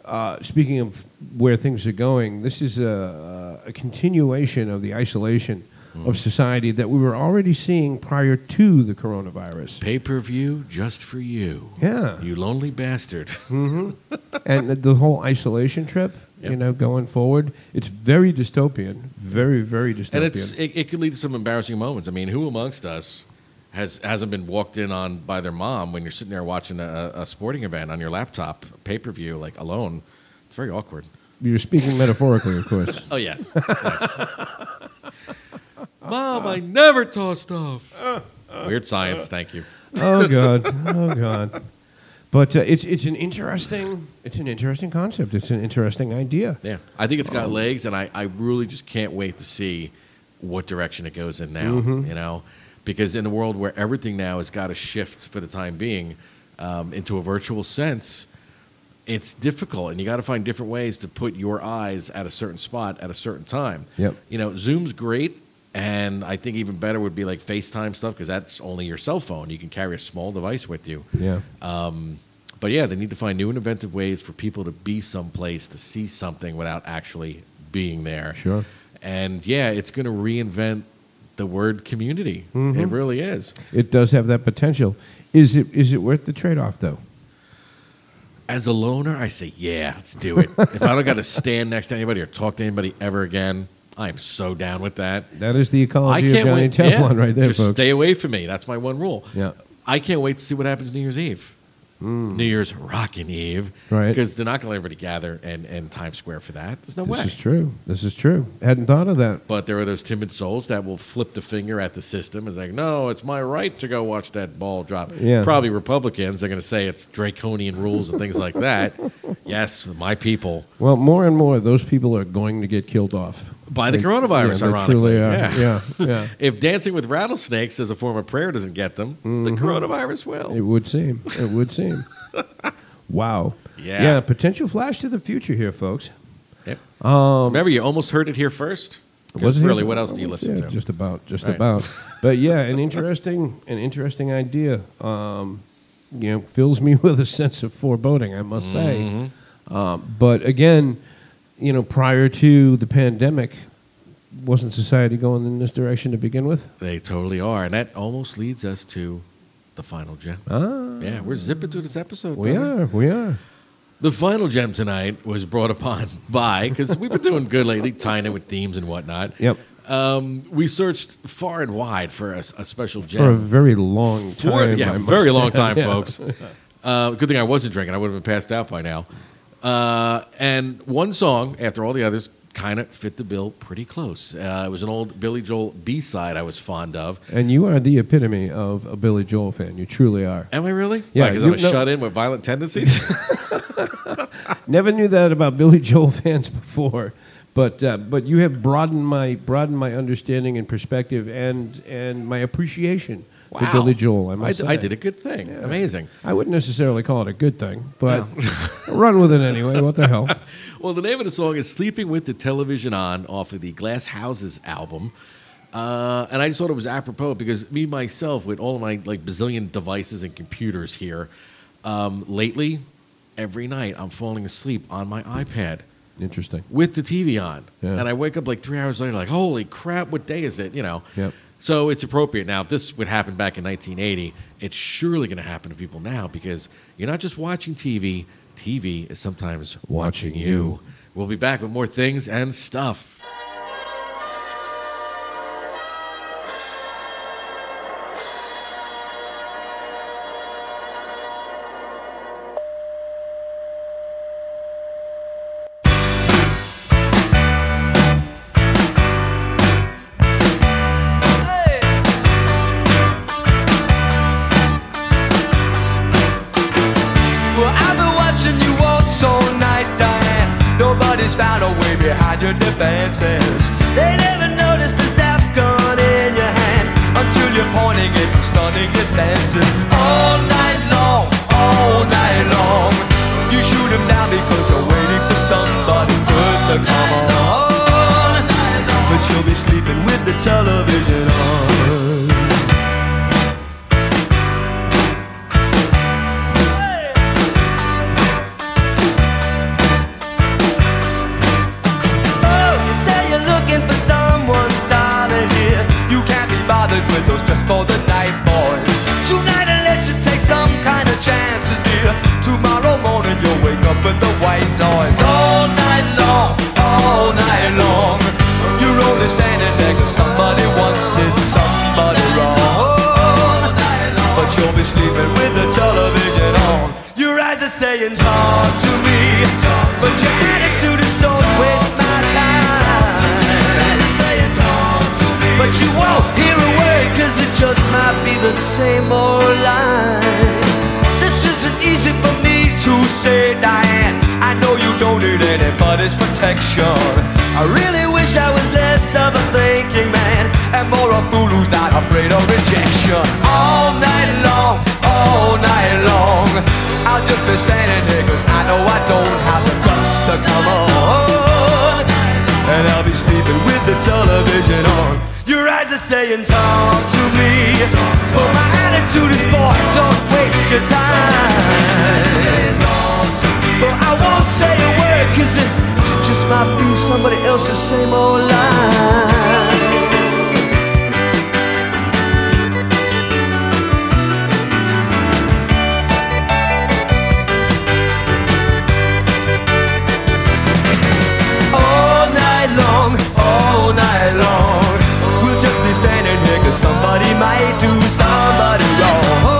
uh, speaking of where things are going, this is a, a continuation of the isolation
Hmm.
of society that we were already seeing prior to the coronavirus.
Pay per view just for you.
Yeah. Mm-hmm.
You lonely bastard.
and the- the whole isolation trip
Yep.
you know, going forward. It's very dystopian, very, very dystopian.
And it's it, it could lead to some embarrassing moments. I mean, who amongst us has hasn't been walked in on by their mom when you're sitting there watching a, a sporting event on your laptop, pay per view, like alone? It's very awkward.
You're speaking metaphorically, of course.
Oh yes. yes. mom, I never tossed off. Weird science. Thank you.
oh god, oh god. But uh, it's it's an interesting it's an interesting concept. It's an interesting idea.
Yeah, I think it's got legs, and I, I really just can't wait to see what direction it goes in now.
Mm-hmm.
You know, because in a world where everything now has got to shift for the time being um, into a virtual sense, it's difficult, and you got to find different ways to put your eyes at a certain spot at a certain time.
Yep.
You know, Zoom's great, and I think even better would be like FaceTime stuff because that's only your cell phone. You can carry a small device with you.
Yeah.
Um, But yeah, they need to find new and inventive ways for people to be someplace to see something without actually being there.
Sure.
And yeah, it's going to reinvent the word community. It really is.
Mm-hmm. It does have that potential. Is it is it worth the trade off though?
As a loner, I say, yeah, let's do it. if I don't got to stand next to anybody or talk to anybody ever again, I'm so down with that.
That is the
I
ecology
can't
of Johnny
wait.
Teflon
yeah,
right there,
just
folks.
stay away from me. That's my one rule.
Yeah.
I can't wait to see what happens New Year's Eve. New Year's Rockin' Eve,
Mm. Right.
Because they're not going to let everybody gather and, and Times Square for that. There's no
this
way.
is true. This is true. Hadn't thought of that.
But there are those timid souls that will flip the finger at the system and like, no, it's my right to go watch that ball drop.
Yeah.
Probably Republicans. They're going to say it's draconian rules and things like that. Yes, my people.
Well, more and more those people are going to get killed off
By the
They-
coronavirus,
yeah, they
ironically.
truly are.
Yeah.
yeah. yeah.
If dancing with rattlesnakes as a form of prayer doesn't get them, the coronavirus will.
Mm-hmm. It would seem. It would seem. wow.
Yeah.
Yeah. Potential flash to the future here, folks.
Yep.
Um,
Remember, you almost heard it here first. 'Cause
was it
really,
him?
what else do you listen
Yeah,
to?
Just about. Just
Right.
about. But yeah, an interesting, an interesting idea. Um, you know, fills me with a sense of foreboding. I must say.
Mm-hmm.
Um, but again, you know, prior to the pandemic, wasn't society going in this direction to begin with?
They totally are, and that almost leads us to the final gem.
Ah,
Yeah, we're zipping through this episode.
we
brother.
are. We are.
The final gem tonight was brought upon by because we've been doing good lately, tying it with themes and whatnot.
Yep.
Um, we searched far and wide for a, a special gem.
For a very long time.
For- yeah,
I must
very
say.
long time,
Yeah.
folks. Uh, good thing I wasn't drinking; I would have been passed out by now. Uh, and one song after all the others kind of fit the bill pretty close. Uh, it was an old Billy Joel B side I was fond of.
And you are the epitome of a Billy Joel fan. You truly are.
Am I really?
Yeah,
because
you-
I'm a
no.
shut in with violent tendencies.
Never knew that about Billy Joel fans before, but uh, but you have broadened my broadened my understanding and perspective and and my appreciation for Billy Joel. I must
I,
say.
I did a good thing. Amazing. Oh.
I wouldn't necessarily call it a good thing, but run with it anyway. What the hell?
Well, the name of the song is Sleeping with the Television On off of the Glass Houses album. Uh, and I just thought it was apropos because me, myself, with all of my like bazillion devices and computers here, um, lately, every night I'm falling asleep on my iPad
Interesting.
with the TV on.
Yeah.
And I wake up like three hours later, like, holy crap, what day is it? You know?
Yep.
So it's appropriate. Now, if this would happen back in 1980, it's surely going to happen to people now because you're not just watching TV, TV is sometimes watching,
Watching
you.
you.
We'll be back with more things and stuff.
Well, I've been watching you waltz all night, Diane. Nobody's found a way behind your defenses. They never noticed the zap gun in your hand until you're pointing it and stunning your senses. All night long, all night long. You shoot him down because you're waiting for somebody good to come along. But you'll be sleeping with the television on. Oh, you say you're looking for someone solid here. You can't be bothered with those just for the night boys. Tonight, unless you take some kind of chances, dear. Tomorrow morning, you'll wake up with the white noise. All night long, all night long. You're only standing there 'cause somebody once did somebody wrong. But you'll be sleeping with the television on. Your eyes are saying, Talk to me. But your attitude is, Don't waste my time. But you won't hear a word 'cause it just might be the same old line. This isn't easy for me to say, Diane. I know you don't need anybody's protection. I really wish I was less of a thinking man and more a fool who's not afraid of rejection. All night long, all night long, I'll just be standing here 'cause I know I don't have the guts to come on. And I'll be sleeping with the television on. Your eyes are saying, Talk to me. but my attitude is boy, don't waste your time. But I won't say a word, cause it j- just might be somebody else's same old line. all night long, all night long. We'll just be standing here cause somebody might do somebody wrong.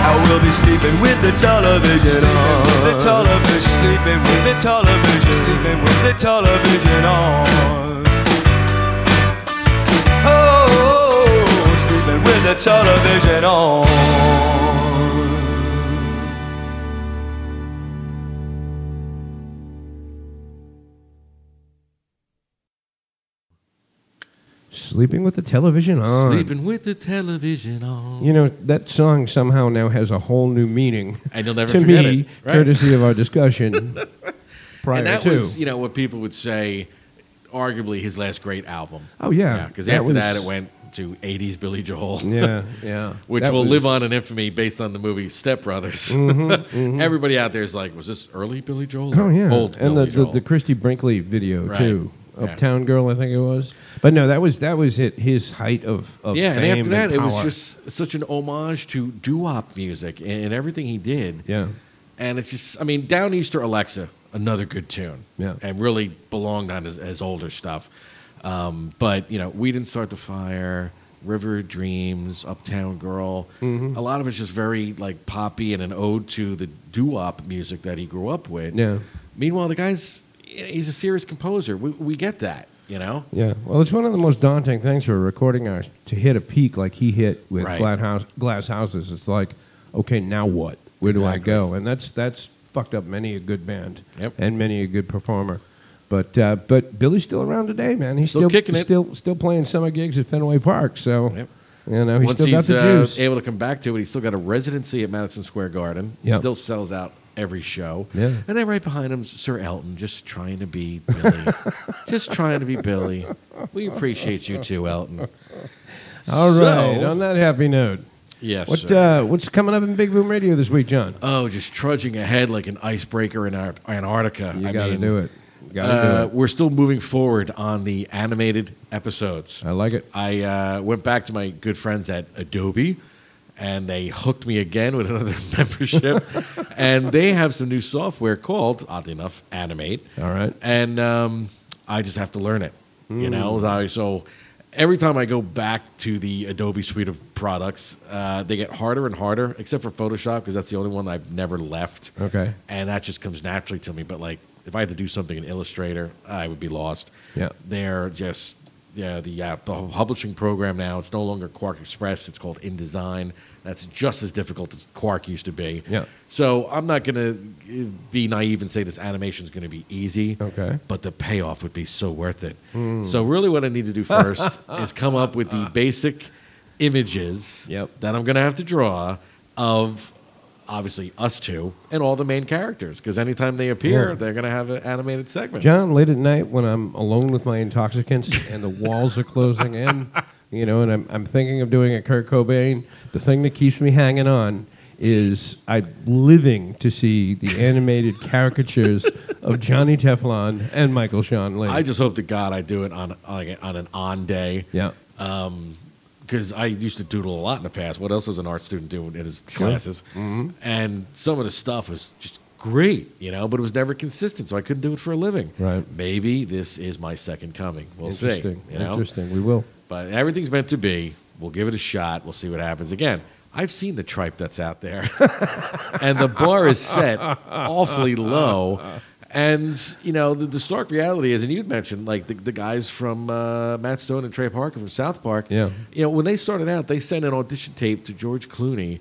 I will be sleeping with the television on. With the television, sleeping with the television, sleeping with the television on. Oh, sleeping with the television on.
Sleeping with the television on.
Sleeping with the television on.
You know that song somehow now has a whole new meaning
And you'll never
to
forget
me,
it, right?
courtesy of our discussion prior
and that
to.
was, you know, what people would say, arguably his last great album.
oh yeah,
Yeah, because after that it went to '80s Billy Joel.
Yeah, yeah.
Which
That
will
was- Mm-hmm,
live on in infamy based on the movie Step Brothers. Everybody out there is like, was this early Billy Joel? or
Oh yeah,
old
and the,
Billy
the
Joel?
the Christy Brinkley video
Right.
too,
Yeah.
Uptown Girl, I think it was. But no, that was that was at his height of, of
yeah, and
fame
after that, it was
power.
just such an homage to doo-wop music and, and everything he did.
yeah,
And it's just, I mean, Downeaster Alexa, another good tune.
Yeah.
And really belonged on his, his older stuff. Um, but, you know, We Didn't Start the Fire, River Dreams, Uptown Girl.
Mm-hmm.
A lot of it's just very, like, poppy and an ode to the doo wop music that he grew up with.
Yeah.
Meanwhile, the guy's, he's a serious composer. We, we get that, you know?
yeah. Well, it's one of the most daunting things for a recording artist to hit a peak like he hit with
Right.
Glad House, Glass Houses. It's like, okay, now what? Where
Exactly.
do I go? And that's that's fucked up many a good band
Yep.
and many a good performer. But uh, but Billy's still around today, man. He's
Still
still
kicking it.
still still playing summer gigs at Fenway Park. So
Yep.
you know he's
Once
still
he's
got the
uh,
juice.
able to come back to it, he's still got a residency at Madison Square Garden. He
Yep.
Still sells out every show.
Yeah.
And then right behind him's Sir Elton, just trying to be Billy. just trying to be Billy. We appreciate you too, Elton.
All
So-
right. On that happy note,
Yes.
what
sir.
uh, what's coming up in Big Boom Radio this week, John?
oh, just trudging ahead like an icebreaker in Ar- Antarctica.
You
I
got to
mean,
do it. Got to
Uh,
do
we're still moving forward on the animated episodes.
it. I like it.
I uh, went back to my good friends at Adobe, and they hooked me again with another membership. and they have some new software called, oddly enough, Animate.
All right.
And um, I just have to learn it. You
Mm.
know, so- so every time I go back to the Adobe suite of products, uh, they get harder and harder, except for Photoshop because that's the only one I've never left.
Okay.
And that just comes naturally to me. But like, if I had to do something in Illustrator, I would be lost
Yeah.
they're just yeah the uh, the publishing program now it's no longer quark express it's called indesign that's just as difficult as quark used to be
Yeah.
so i'm not going to be naive and say this animation is going to be easy
Okay. Hmm.
but the payoff would be so worth it so really what i need to do first is come up with the basic images
Yep.
that i'm going to have to draw of obviously us two and all the main characters because anytime they appear
Yeah.
they're going to have an animated segment
John, late at night when I'm alone with my intoxicants and the walls are closing in, you know, and I'm, I'm thinking of doing a Kurt Cobain, the thing that keeps me hanging on is I'm living to see the animated caricatures of Johnny Teflon and Michael Sean Lee.
I just hope to God I do it on on, on an on day.
yeah.
Because I used to doodle
Mm-hmm.
a lot in the past. What else does an art student do in his classes? And some of the stuff was just great, you know, but it was never consistent, so I couldn't do it for a living.
Right.
Maybe this is my second coming. We'll see.
Interesting.
you know?
Interesting. We will.
But everything's meant to be. We'll give it a shot. We'll see what happens. Again, I've seen the tripe that's out there, and the bar is set awfully low. And you know the, the stark reality is, and you'd mentioned like the, the guys from uh, Matt Stone and Trey Parker from South Park.
Yeah.
you know when they started out, they sent an audition tape to George Clooney,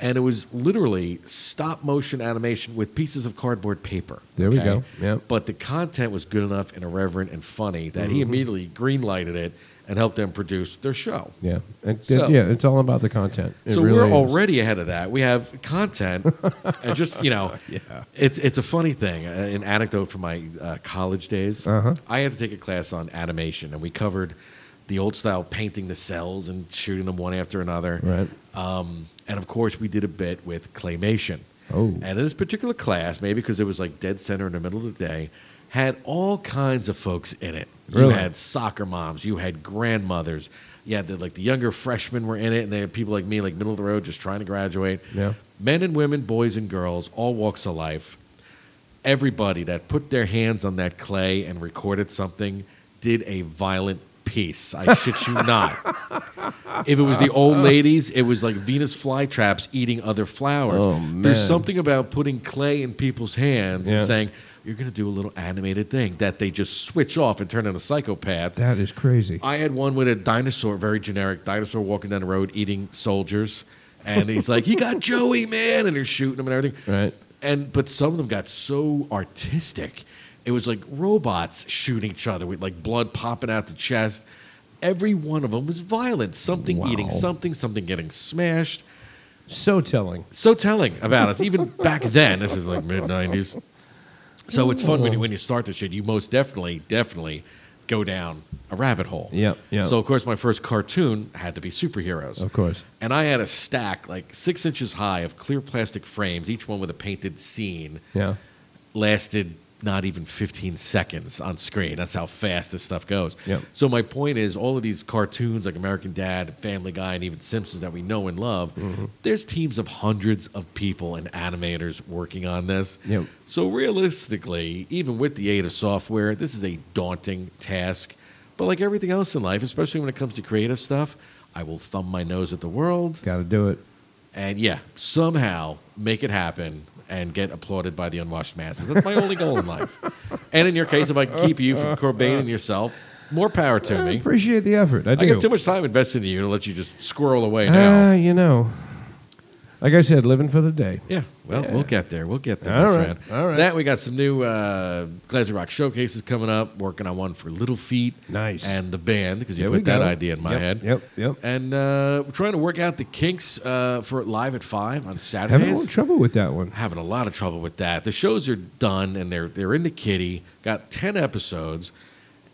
and it was literally stop motion animation with pieces of cardboard paper.
There we go. Yeah.
But the content was good enough and irreverent and funny that
Mm-hmm.
he immediately green lighted it and helped them produce their show.
Yeah. And,
So-
yeah, it's all about the content. It
so
really
we're
is.
already ahead of that. We have content, and just you know, it's it's a funny thing. Uh, An anecdote from my uh, college days.
Uh-huh.
I had to take a class on animation, and we covered the old style painting the cells and shooting them one after another.
Right.
Um, and of course, we did a bit with claymation.
Oh.
And in this particular class, maybe because it was like dead center in the middle of the day, had all kinds of folks in it. You
Really?
had soccer moms, you had grandmothers, you had the, like the younger freshmen were in it, and they had people like me, like middle of the road, just trying to graduate.
Yeah.
Men and women, boys and girls, all walks of life. Everybody that put their hands on that clay and recorded something did a violent piece. I shit you not. If it was the old ladies, it was like Venus flytraps eating other flowers.
Oh, man.
There's something about putting clay in people's hands
Yeah.
and saying, you're going to do a little animated thing that they just switch off and turn into psychopaths.
That is crazy.
I had one with a dinosaur, very generic dinosaur walking down the road eating soldiers. And he's like, you got Joey, man. And they're shooting him and everything
Right.
and but some of them got so artistic it was like robots shooting each other with like blood popping out the chest every one of them was violent something
Wow.
eating something something getting smashed
So telling.
so telling about us even back then this is like mid 90s so it's fun
Mm-hmm.
when you, when you start this shit you most definitely definitely go down a rabbit hole
Yep, yep.
so of course my first cartoon had to be superheroes
Of course.
and I had a stack like six inches high of clear plastic frames, each one with a painted scene.
Yeah.
Lasted not even 15 seconds on screen. That's how fast this stuff goes.
Yep.
So my point is, all of these cartoons like American Dad, Family Guy, and even Simpsons that we know and love,
Mm-hmm.
there's teams of hundreds of people and animators working on this.
Yep.
So realistically, even with the aid of software, this is a daunting task. But like everything else in life, especially when it comes to creative stuff, I will thumb my nose at the world
Got to do it.
and yeah, somehow make it happen and get applauded by the unwashed masses. That's my only goal in life. And in your case, if I can keep you from Corbin and yourself, more power to
I
me.
appreciate the effort. I do.
I got too much time invested in you to let you just squirrel away now.
Ah, you know. Like I said, living for the day.
Yeah, well, we'll get there. We'll get there,
All
my
right,
friend.
all right.
That we got some new uh, Glazer Rock showcases coming up. Working on one for Little Feet,
Nice.
and the band because you
There we
put that
go.
idea in my
Yep,
head.
yep, yep.
And uh, we're trying to work out the kinks uh, for live at five on Saturdays.
Having a little trouble with that one.
having a lot of trouble with that. The shows are done and they're they're in the kitty. Got ten episodes,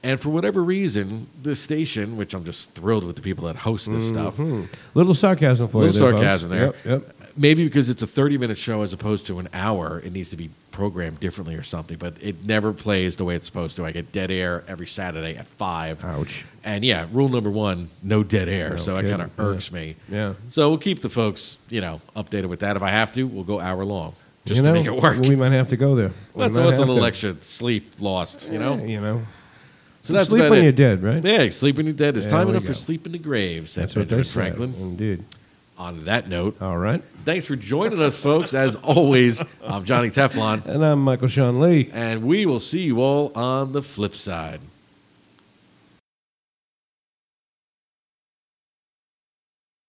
and for whatever reason, the station, which I'm just thrilled with the people that host this stuff,
Mm-hmm. Little sarcasm for
Little
you. there, folks.
sarcasm there.
Yep, yep.
maybe because it's a 30 minute show as opposed to an hour, it needs to be programmed differently or something. But it never plays the way it's supposed to. I get dead air every Saturday at five.
Ouch.
And yeah, rule number one: no dead air.
No
so it
kidding.
kind of irks me.
Yeah.
So we'll keep the folks, you know, updated with that. If I have to, we'll go hour long just
You
to
know,
make it work.
We might have to go there. We
That's
might
what's a
have
little
to.
extra sleep lost, you
Yeah,
know.
you know.
So that's
Sleep
about
when
it.
you're dead, right?
Yeah, sleep when you're dead. It's
There
time
we
enough
go.
for sleep in the grave. Said
That's what
Benjamin
they said.
Franklin.
Indeed.
On that note,
All right.
thanks for joining us, folks. As always, I'm Johnny Teflon,
And I'm Michael Sean Lee.
and we will see you all on the flip side.